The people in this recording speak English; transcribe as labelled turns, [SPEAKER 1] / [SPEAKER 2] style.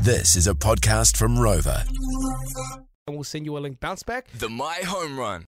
[SPEAKER 1] This is a podcast from Rover.
[SPEAKER 2] and we'll send you a link. Bounce back.
[SPEAKER 3] The My Home Run.